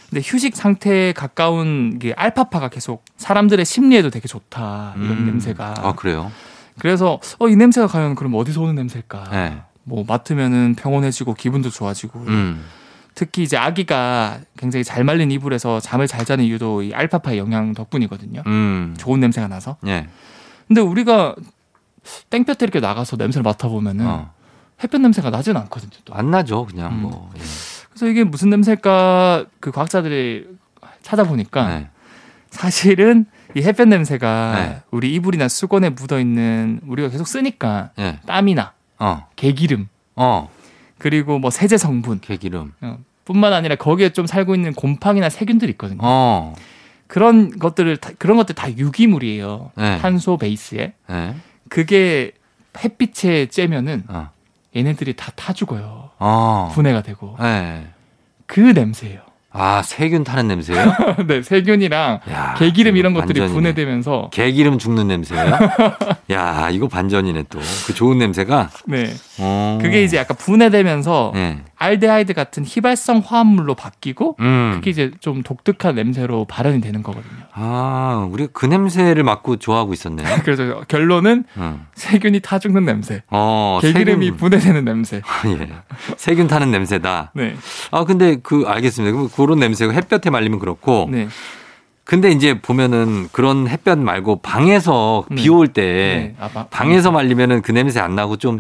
Speaker 2: 근데 휴식 상태에 가까운 게 알파파가 계속 사람들의 심리에도 되게 좋다 이런
Speaker 1: 음.
Speaker 2: 냄새가
Speaker 1: 아, 그래요?
Speaker 2: 그래서 어 이 냄새가 과연 그럼 어디서 오는 냄새일까
Speaker 1: 네.
Speaker 2: 뭐 맡으면은 평온해지고 기분도 좋아지고
Speaker 1: 음.
Speaker 2: 특히 이제 아기가 굉장히 잘 말린 이불에서 잠을 잘 자는 이유도 이 알파파의 영향 덕분이거든요.
Speaker 1: 음.
Speaker 2: 좋은 냄새가 나서.
Speaker 1: 예.
Speaker 2: 근데 우리가 땡볕에 이렇게 나가서 냄새를 맡아보면은
Speaker 1: 어.
Speaker 2: 햇볕 냄새가 나진 않거든요. 또.
Speaker 1: 안 나죠, 그냥
Speaker 2: 네. 음.
Speaker 1: 뭐. 예.
Speaker 2: 그래서 이게 무슨 냄새일까 그 과학자들이 찾아보니까
Speaker 1: 네.
Speaker 2: 사실은 이 햇볕 냄새가
Speaker 1: 네.
Speaker 2: 우리 이불이나 수건에 묻어 있는 우리가 계속 쓰니까
Speaker 1: 예.
Speaker 2: 땀이나
Speaker 1: 어.
Speaker 2: 개기름
Speaker 1: 어.
Speaker 2: 그리고 뭐 세제 성분
Speaker 1: 개기름.
Speaker 2: 어, 뿐만 아니라 거기에 좀 살고 있는 곰팡이나 세균들이 있거든요.
Speaker 1: 어.
Speaker 2: 그런 것들을 다- 그런 것들 다 유기물이에요.
Speaker 1: 네.
Speaker 2: 탄소 베이스에
Speaker 1: 예.
Speaker 2: 그게 햇빛에 쬐면은
Speaker 1: 어.
Speaker 2: 얘네들이 다 타 죽어요.
Speaker 1: 어.
Speaker 2: 분해가 되고
Speaker 1: 예.
Speaker 2: 그 냄새예요.
Speaker 1: 아, 세균 타는 냄새예요?
Speaker 2: 네 세균이랑
Speaker 1: 야,
Speaker 2: 개기름
Speaker 1: 이거
Speaker 2: 이런 것들이
Speaker 1: 반전이네.
Speaker 2: 분해되면서
Speaker 1: 개기름 죽는 냄새예요? 야, 이거 반전이네 또. 그 좋은 냄새가.
Speaker 2: 네
Speaker 1: 어.
Speaker 2: 그게 이제 약간 분해되면서
Speaker 1: 예.
Speaker 2: 알데하이드 같은 희발성 화합물로 바뀌고
Speaker 1: 음.
Speaker 2: 그게 이제 좀 독특한 냄새로 발현이 되는 거거든요.
Speaker 1: 아, 우리가 그 냄새를 맡고 좋아하고 있었네요.
Speaker 2: 그래서 결론은
Speaker 1: 응.
Speaker 2: 세균이 타 죽는 냄새,
Speaker 1: 어,
Speaker 2: 개기름이
Speaker 1: 세균,
Speaker 2: 분해되는 냄새.
Speaker 1: 예. 세균 타는 냄새다.
Speaker 2: 네,
Speaker 1: 아, 근데 그 알겠습니다. 그 그런 냄새가 햇볕에 말리면 그렇고.
Speaker 2: 네,
Speaker 1: 근데 이제 보면은 그런 햇볕 말고 방에서
Speaker 2: 네.
Speaker 1: 비 올 때
Speaker 2: 네. 아, 마-
Speaker 1: 방에서 말리면은 그 냄새 안 나고 좀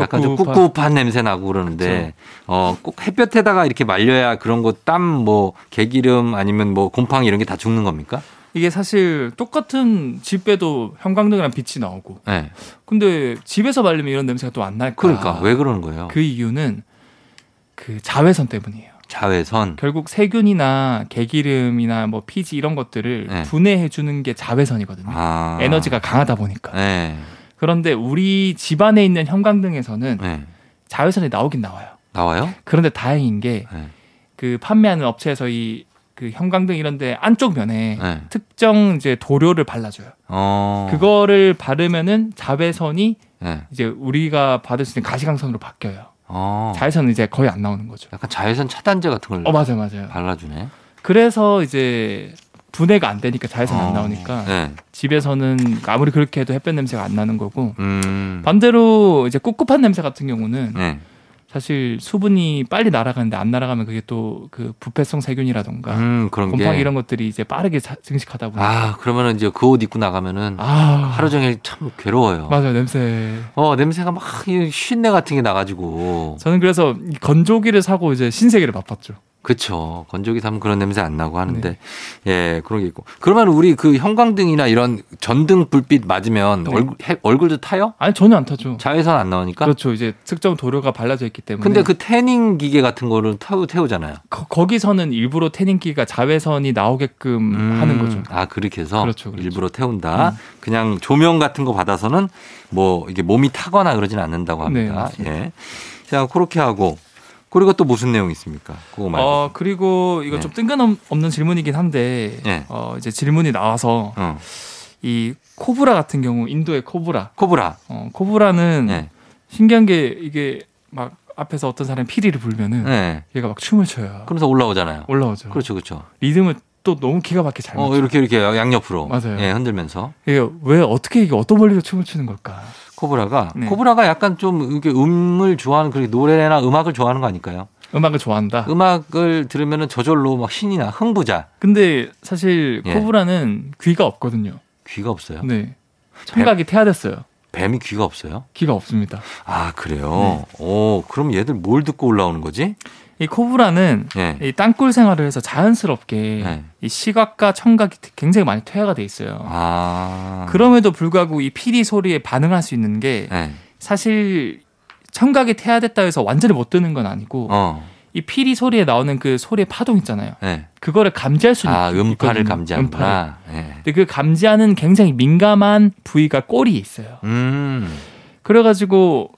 Speaker 1: 약간 좀
Speaker 2: 꿉꿉한.
Speaker 1: 꿉꿉한 냄새 나고 그러는데 어 꼭 햇볕에다가 이렇게 말려야 그런 거 땀 뭐 개기름 아니면 뭐 곰팡이 이런 게 다 죽는 겁니까?
Speaker 2: 음. 이게 사실 똑같은 집에도 형광등이랑 빛이 나오고
Speaker 1: 예.
Speaker 2: 근데 집에서 말리면 이런 냄새가 또 안 날까?
Speaker 1: 그러니까 왜 그러는 거예요?
Speaker 2: 그 이유는 그 자외선 때문이에요.
Speaker 1: 자외선.
Speaker 2: 결국 세균이나 개기름이나 뭐 피지 이런 것들을
Speaker 1: 네.
Speaker 2: 분해해 주는 게 자외선이거든요.
Speaker 1: 아.
Speaker 2: 에너지가 강하다 보니까.
Speaker 1: 예.
Speaker 2: 그런데 우리 집 안에 있는 형광등에서는
Speaker 1: 예.
Speaker 2: 자외선이 나오긴 나와요.
Speaker 1: 나와요?
Speaker 2: 그런데 다행인 게
Speaker 1: 예.
Speaker 2: 그 판매하는 업체에서 이 그 형광등 이런데 안쪽 면에
Speaker 1: 예.
Speaker 2: 특정 이제 도료를 발라줘요.
Speaker 1: 어.
Speaker 2: 그거를 바르면은 자외선이
Speaker 1: 예.
Speaker 2: 이제 우리가 받을 수 있는 가시광선으로 바뀌어요.
Speaker 1: 어. 음.
Speaker 2: 자외선은 이제 거의 안 나오는 거죠.
Speaker 1: 약간 자외선 차단제 같은 걸
Speaker 2: 어 맞아요 맞아요.
Speaker 1: 발라주네.
Speaker 2: 그래서 이제 분해가 안 되니까 자외선
Speaker 1: 어.
Speaker 2: 안 나오니까
Speaker 1: 예.
Speaker 2: 집에서는 아무리 그렇게 해도 햇볕 냄새가 안 나는 거고
Speaker 1: 음.
Speaker 2: 반대로 이제 꿉꿉한 냄새 같은 경우는
Speaker 1: 예.
Speaker 2: 사실 수분이 빨리 날아가는데 안 날아가면 그게 또 그 부패성 세균이라던가
Speaker 1: 음, 그런 게.
Speaker 2: 곰팡이 이런 것들이 이제 빠르게 자- 증식하다 보니까
Speaker 1: 아, 그러면은 이제 그 옷 입고 나가면은
Speaker 2: 아,
Speaker 1: 하루 종일 참 괴로워요.
Speaker 2: 맞아요 냄새.
Speaker 1: 어, 냄새가 막 이 쉰내 같은 게 나가지고.
Speaker 2: 저는 그래서 이 건조기를 사고 이제 신세계를 맛봤죠.
Speaker 1: 그쵸. 건조기 사면 그런 냄새 안 나고 하는데.
Speaker 2: 네.
Speaker 1: 예, 그런 게 있고. 그러면 우리 그 형광등이나 이런 전등 불빛 맞으면
Speaker 2: 네.
Speaker 1: 얼굴, 해- 얼굴도 타요?
Speaker 2: 아니 전혀 안 타죠.
Speaker 1: 자외선 안 나오니까?
Speaker 2: 그렇죠. 네. 이제 특정 도료가 발라져 있기 때문에.
Speaker 1: 근데 그 태닝 기계 같은 거를 태우, 태우잖아요.
Speaker 2: 거, 기서는 일부러 태닝기가 자외선이 나오게끔
Speaker 1: 음,
Speaker 2: 하는 거죠.
Speaker 1: 아, 그렇게 해서
Speaker 2: 그렇죠, 그렇죠.
Speaker 1: 일부러 태운다. 그냥 조명 같은 거 받아서는 뭐 이게 몸이 타거나 그러진 않는다고
Speaker 2: 네,
Speaker 1: 합니다.
Speaker 2: 맞습니다.
Speaker 1: 예. 자, 그렇게 하고 그리고 또 무슨 내용 있습니까? 그거 말고.
Speaker 2: 어 그리고 이거
Speaker 1: 네.
Speaker 2: 좀 뜬금없는 질문이긴 한데
Speaker 1: 네.
Speaker 2: 어 이제 질문이 나와서
Speaker 1: 어.
Speaker 2: 이 코브라 같은 경우 인도의 코브라
Speaker 1: 코브라.
Speaker 2: 어 코브라는
Speaker 1: 예.
Speaker 2: 신기한 게 이게 막 앞에서 어떤 사람이 피리를 불면은
Speaker 1: 예.
Speaker 2: 얘가 막 춤을 춰요
Speaker 1: 그러면서 올라오잖아요.
Speaker 2: 올라오죠
Speaker 1: 그렇죠, 그렇죠.
Speaker 2: 리듬을 또 너무 기가 막히게 잘 맞춰
Speaker 1: 어, 이렇게 이렇게 양옆으로
Speaker 2: 맞아요.
Speaker 1: 예, 흔들면서
Speaker 2: 이게 왜 어떻게 이게 어떤 원리로 춤을 추는 걸까
Speaker 1: 코브라가
Speaker 2: 네.
Speaker 1: 코브라가 약간 좀 이렇게 음을 좋아하는 그렇게 노래나 음악을 좋아하는 거 아닐까요?
Speaker 2: 음악을 좋아한다
Speaker 1: 그 음악을 들으면은 저절로 막 신이 나 흥부자
Speaker 2: 근데 사실
Speaker 1: 예.
Speaker 2: 코브라는 귀가 없거든요
Speaker 1: 귀가 없어요.
Speaker 2: 네 청각이 태아됐어요
Speaker 1: 뱀이 귀가 없어요?
Speaker 2: 귀가 없습니다
Speaker 1: 아
Speaker 2: 네.
Speaker 1: 그래요. 오 그럼 얘들 뭘 듣고 올라오는 거지?
Speaker 2: 이 코브라는
Speaker 1: 예.
Speaker 2: 이 땅굴 생활을 해서 자연스럽게
Speaker 1: 네.
Speaker 2: 이 시각과 청각이 굉장히 많이 퇴화가 돼 있어요.
Speaker 1: 아
Speaker 2: 그럼에도 불구하고 이 피리 소리에 반응할 수 있는 게
Speaker 1: 예.
Speaker 2: 사실 청각이 퇴화됐다 해서 완전히 못 듣는 건 아니고
Speaker 1: 어.
Speaker 2: 이 피리 소리에 나오는 그 소리의 파동 있잖아요.
Speaker 1: 예.
Speaker 2: 그거를 감지할 수 있는
Speaker 1: 아 음파를
Speaker 2: 있거든요. 음파를.
Speaker 1: 감지하는구나. 예.
Speaker 2: 근데 그 감지하는 굉장히 민감한 부위가 꼬리에 있어요.
Speaker 1: 음.
Speaker 2: 그래가지고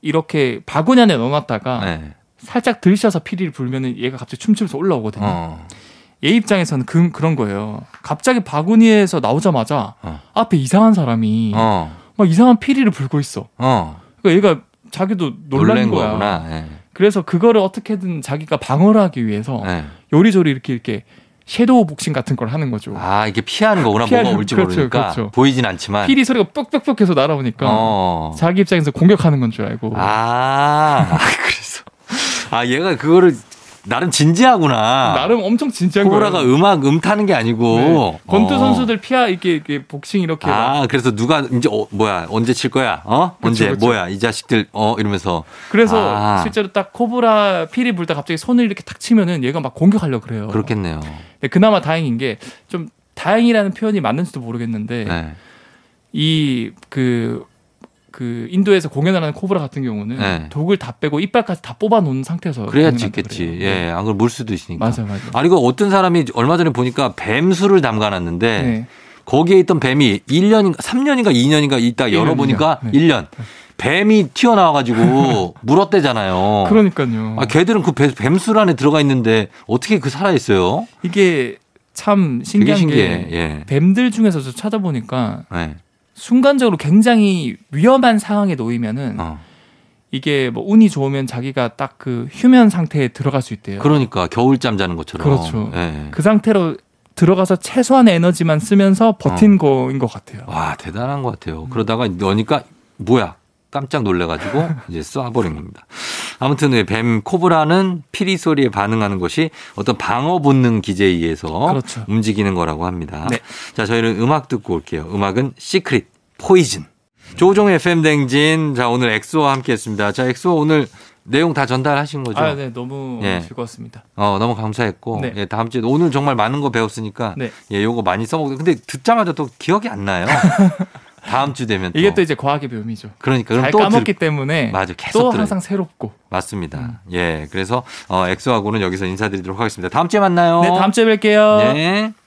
Speaker 2: 이렇게 바구니 안에 넣어놨다가
Speaker 1: 네.
Speaker 2: 살짝 들셔서 피리를 불면은 얘가 갑자기 춤추면서 올라오거든요.
Speaker 1: 어.
Speaker 2: 얘 입장에서는 그, 그런 거예요. 갑자기 바구니에서 나오자마자
Speaker 1: 어.
Speaker 2: 앞에 이상한 사람이
Speaker 1: 어.
Speaker 2: 막 이상한 피리를 불고 있어.
Speaker 1: 어.
Speaker 2: 그러니까 얘가 자기도
Speaker 1: 놀란
Speaker 2: 놀란 거야.
Speaker 1: 거구나. 예.
Speaker 2: 그래서 그거를 어떻게든 자기가 방어를 하기 위해서
Speaker 1: 예.
Speaker 2: 요리조리 이렇게 이렇게 섀도우 복싱 같은 걸 하는 거죠.
Speaker 1: 아 이게 피하는 거구나.
Speaker 2: 피하는-
Speaker 1: 뭐가 올지
Speaker 2: 그렇죠,
Speaker 1: 모르니까
Speaker 2: 그렇죠.
Speaker 1: 보이진 않지만.
Speaker 2: 피리 소리가 뻑뻑뻑 해서 날아오니까
Speaker 1: 네. 어.
Speaker 2: 자기 입장에서 공격하는 건 줄 알고.
Speaker 1: 아 그래서 아 얘가 그거를 나름 진지하구나.
Speaker 2: 나름 엄청 진지한 거예요.
Speaker 1: 코브라가 음악 음 타는 게 아니고
Speaker 2: 네. 권투
Speaker 1: 어.
Speaker 2: 선수들 피하 이렇게, 이렇게 복싱 이렇게 막.
Speaker 1: 아 그래서 누가 이제 어, 뭐야 언제 칠 거야 어
Speaker 2: 그렇죠, 그쵸,
Speaker 1: 언제
Speaker 2: 그쵸.
Speaker 1: 뭐야 이 자식들 어 이러면서
Speaker 2: 그래서
Speaker 1: 아.
Speaker 2: 실제로 딱 코브라 피리 불다 갑자기 손을 이렇게 탁 치면은 얘가 막 공격하려 고 그래요.
Speaker 1: 그렇겠네요.
Speaker 2: 근데 그나마 다행인 게 좀 다행이라는 표현이 맞는지도 모르겠는데
Speaker 1: 네.
Speaker 2: 이 그 그 인도에서 공연하는 코브라 같은 경우는
Speaker 1: 네.
Speaker 2: 독을 다 빼고 이빨까지 다 뽑아 놓은 상태에서
Speaker 1: 그래야
Speaker 2: 공연한다
Speaker 1: 짓겠지.
Speaker 2: 어, 그래요. 네.
Speaker 1: 예, 안 그러면 물 수도 있으니까.
Speaker 2: 맞아요, 맞아요.
Speaker 1: 아니 그 어떤 사람이 얼마 전에 보니까 뱀수를 담가놨는데
Speaker 2: 네.
Speaker 1: 거기에 있던 뱀이 1년인가 3년인가 2년인가 있다 열어보니까
Speaker 2: 네.
Speaker 1: 1년 뱀이 튀어나와가지고 물었대잖아요.
Speaker 2: 그러니까요.
Speaker 1: 아 걔들은 그 뱀- 뱀술 안에 들어가 있는데 어떻게 그 살아 있어요?
Speaker 2: 이게 참
Speaker 1: 되게
Speaker 2: 신기한
Speaker 1: 신기해.
Speaker 2: 게
Speaker 1: 예.
Speaker 2: 뱀들 중에서도 찾아보니까
Speaker 1: 네.
Speaker 2: 순간적으로 굉장히 위험한 상황에 놓이면은
Speaker 1: 어.
Speaker 2: 이게 뭐 운이 좋으면 자기가 딱 그 휴면 상태에 들어갈 수 있대요. 그
Speaker 1: 그러니까 겨울잠 자는 것처럼.
Speaker 2: 그렇죠.
Speaker 1: 예.
Speaker 2: 상태로 들어가서 최소한의 에너지만 쓰면서 버틴
Speaker 1: 어.
Speaker 2: 거인 것 같아요.
Speaker 1: 와 대단한 것 같아요. 그러다가 넣으니까 뭐야 깜짝 놀래가지고 이제 쏴버린 겁니다. 아무튼 네, 뱀 코브라는 피리 소리에 반응하는 것이 어떤 방어 본능 기제에 의해서
Speaker 2: 그렇죠.
Speaker 1: 움직이는 거라고 합니다.
Speaker 2: 네.
Speaker 1: 자 저희는 음악 듣고 올게요. 음악은 시크릿 포이즌. 조종 FM 댕진 자 오늘 엑소와 함께했습니다. 자 엑소 오늘 내용 다 전달하신 거죠?
Speaker 2: 아, 네, 너무
Speaker 1: 예.
Speaker 2: 즐거웠습니다.
Speaker 1: 어 너무 감사했고
Speaker 2: 네.
Speaker 1: 예, 다음 주에 오늘 정말 많은 거 배웠으니까
Speaker 2: 네.
Speaker 1: 예 요거 많이 써먹고 근데 듣자마자 또 기억이 안 나요. 다음 주 되면
Speaker 2: 이게
Speaker 1: 또
Speaker 2: 또 이제 과학의 묘미죠.
Speaker 1: 어. 그러니까 그럼
Speaker 2: 잘
Speaker 1: 또
Speaker 2: 까먹기 음.
Speaker 1: 들...
Speaker 2: 때문에
Speaker 1: 맞아 계속
Speaker 2: 또
Speaker 1: 들어요.
Speaker 2: 항상 새롭고.
Speaker 1: 맞습니다. 예 그래서 어, 엑소하고는 여기서 인사드리도록 하겠습니다. 다음 주에 만나요.
Speaker 2: 네, 다음 주에 네, 뵐게요.
Speaker 1: 네.